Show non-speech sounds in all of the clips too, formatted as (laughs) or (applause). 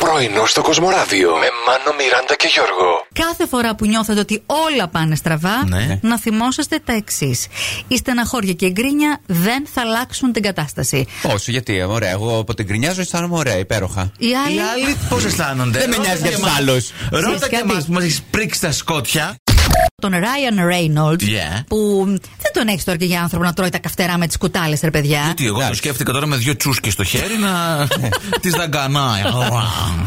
Πρωινό στο Κοσμοράδιο με Μάνο, Μιράντα και Γιώργο. Κάθε φορά που νιώθετε ότι όλα πάνε στραβά, Ναι. να θυμόσαστε τα εξής. Η στεναχώρια και η γκρίνια δεν θα αλλάξουν την κατάσταση. Όχι, γιατί, ε, ωραία. Εγώ από την γκρινιάζω αισθάνομαι ωραία, υπέροχα. Οι άλλοι. Οι άλλοι πώς αισθάνονται. Δεν με νοιάζει Ρώτα για και τους εμάς- άλλους. Ξέρεις Ρώτα και κάτι? εμάς που μας έχεις πρίξει τα σκότια. Τον Ryan Reynolds, Yeah. που δεν τον έχεις τώρα και για άνθρωπο να τρώει τα καυτερά με τις κουτάλες, ρε παιδιά. Τι εγώ το Εντάξει. σκέφτηκα τώρα με δύο τσούσκες στο χέρι (laughs) να. τη δαγκανάει.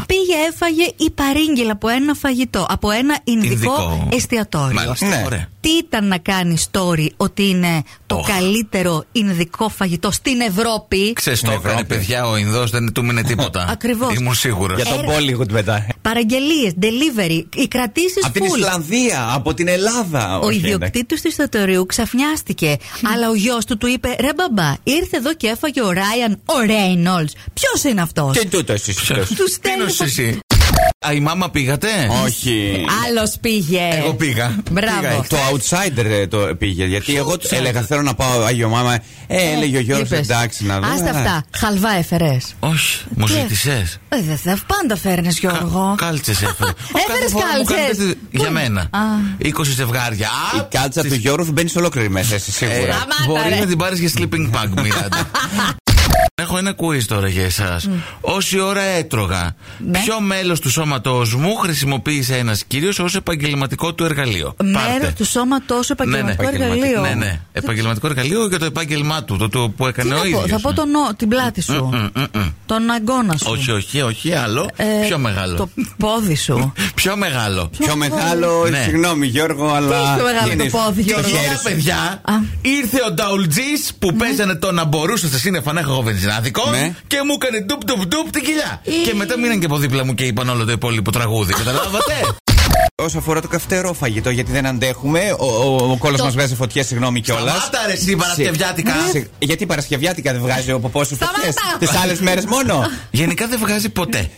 Πήγε, έφαγε η παρήγγελα από ένα φαγητό, από ένα ινδικό, Ινδικό. εστιατόριο. Μάλιστα. Ναι. Ωραία. Τι ήταν να κάνει story ότι είναι το Οχ. καλύτερο ινδικό φαγητό στην Ευρώπη. Ξέρεις το έκανε Ευρώπη. παιδιά ο Ινδός, δεν του μείνε τίποτα. (laughs) Ακριβώς. Ε, Ήμουν σίγουρος. Για τον Bollywood μετά. Παραγγελίες, delivery, οι κρατήσεις Από την Ισλανδία, από την Ελλάδα. Ο Όχι, εντάξει. ιδιοκτήτη του εστιατορίου ξαφνιάστηκε. αλλά ο γιος του του είπε: Ρε μπαμπά, ήρθε εδώ και έφαγε ο Ράιαν ο Ρέινολτ. Ποιος είναι αυτός. Τι τούτο εσύ. ποιος? Του στέλνει. Πίνος εσύ. Α, η μάμα πήγατε. Όχι. Άλλος πήγε. Εγώ πήγα. Μπράβο. Το outsider ε, το πήγε. Γιατί εγώ του έλεγα θέλω να πάω Άγιο Μάμα. Ε, έλεγε ο Γιώργος Είπες. εντάξει να δούμε. Άστα Ε, αυτά. Χαλβά έφερες. Όχι, μου ζήτησες. Ε, δεν θα πάντα φέρνεις, Γιώργο. Κάλτσες έφερε. Έφερες Κάθε φορά μου κάλτσες. κάνετε- Πού Για είναι? μένα. Α. 20 ζευγάρια. Η Α, κάλτσα του Γιώργου μπαίνει ολόκληρη μέσα, εσύ Ε, σίγουρα. Σταμάτα, μπορεί ρε. να την πάρεις για sleeping (laughs) bag, Μιράντα. Έχω ένα quiz τώρα για εσάς. Όση ώρα έτρωγα, Ναι. ποιο μέλος του σώματός μου χρησιμοποίησε ένας κύριος ως επαγγελματικό του εργαλείο. Μέρο Πάρτε. του σώματός επαγγελματικό εργαλείο. Ναι, ναι. Επαγγελματικό εργαλείο για το επάγγελμά του, το, το που Τι έκανε να ο πω, ίδιος. θα πω τον, νο- την πλάτη σου. Τον αγκώνα σου. Όχι, όχι, όχι, άλλο. Ε, πιο μεγάλο. Το πόδι (laughs) σου. Πιο μεγάλο. Πιο μεγάλο, Ναι. συγγνώμη Γιώργο, αλλά. πιο μεγάλο είναι- το πόδι, Και Γιώργο. όχι Γιώργο. ένα, παιδιά, Α. Ναι. ήρθε ο Νταουλτζής που παίζανε το να μπορούσε στα σύννεφα να έχω εγώ βενζινάδικο Ναι. και μου έκανε ντουπ ντουπ ντουπ την κοιλιά. Ε. Και μετά μείναν και από δίπλα μου και είπαν όλο το υπόλοιπο τραγούδι. Καταλάβατε. Όσον αφορά το καυτερό φαγητό, γιατί δεν αντέχουμε. Ο, ο, ο κόλλο μα βγάζει φωτιές, συγγνώμη κιόλας. Σταμάτα ρε εσύ παρασκευιάτικα. Ναι. Γιατί παρασκευιάτικα δεν βγάζει ο ποπός σου φωτιές. Σταμάτα. Τις άλλες μέρες μόνο. Γενικά δεν βγάζει ποτέ.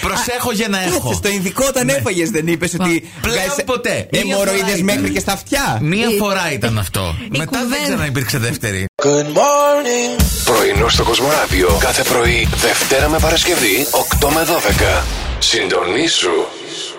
Προσέχω για να Κάτσε, έχω. Ναι. Στο ειδικό όταν έφαγες δεν είπες ότι. Πλέον ποτέ. Μία φορά Εμοροίδε ήταν. μέχρι και στα αυτιά. Μία φορά ήταν αυτό. Ε. η Μετά δεν κουβέντα- ξαναυπήρξε δεύτερη. Πρωινό στο Κοσμοράδιο κάθε πρωί, Δευτέρα με Παρασκευή, 8 με 12. Συντονίσου.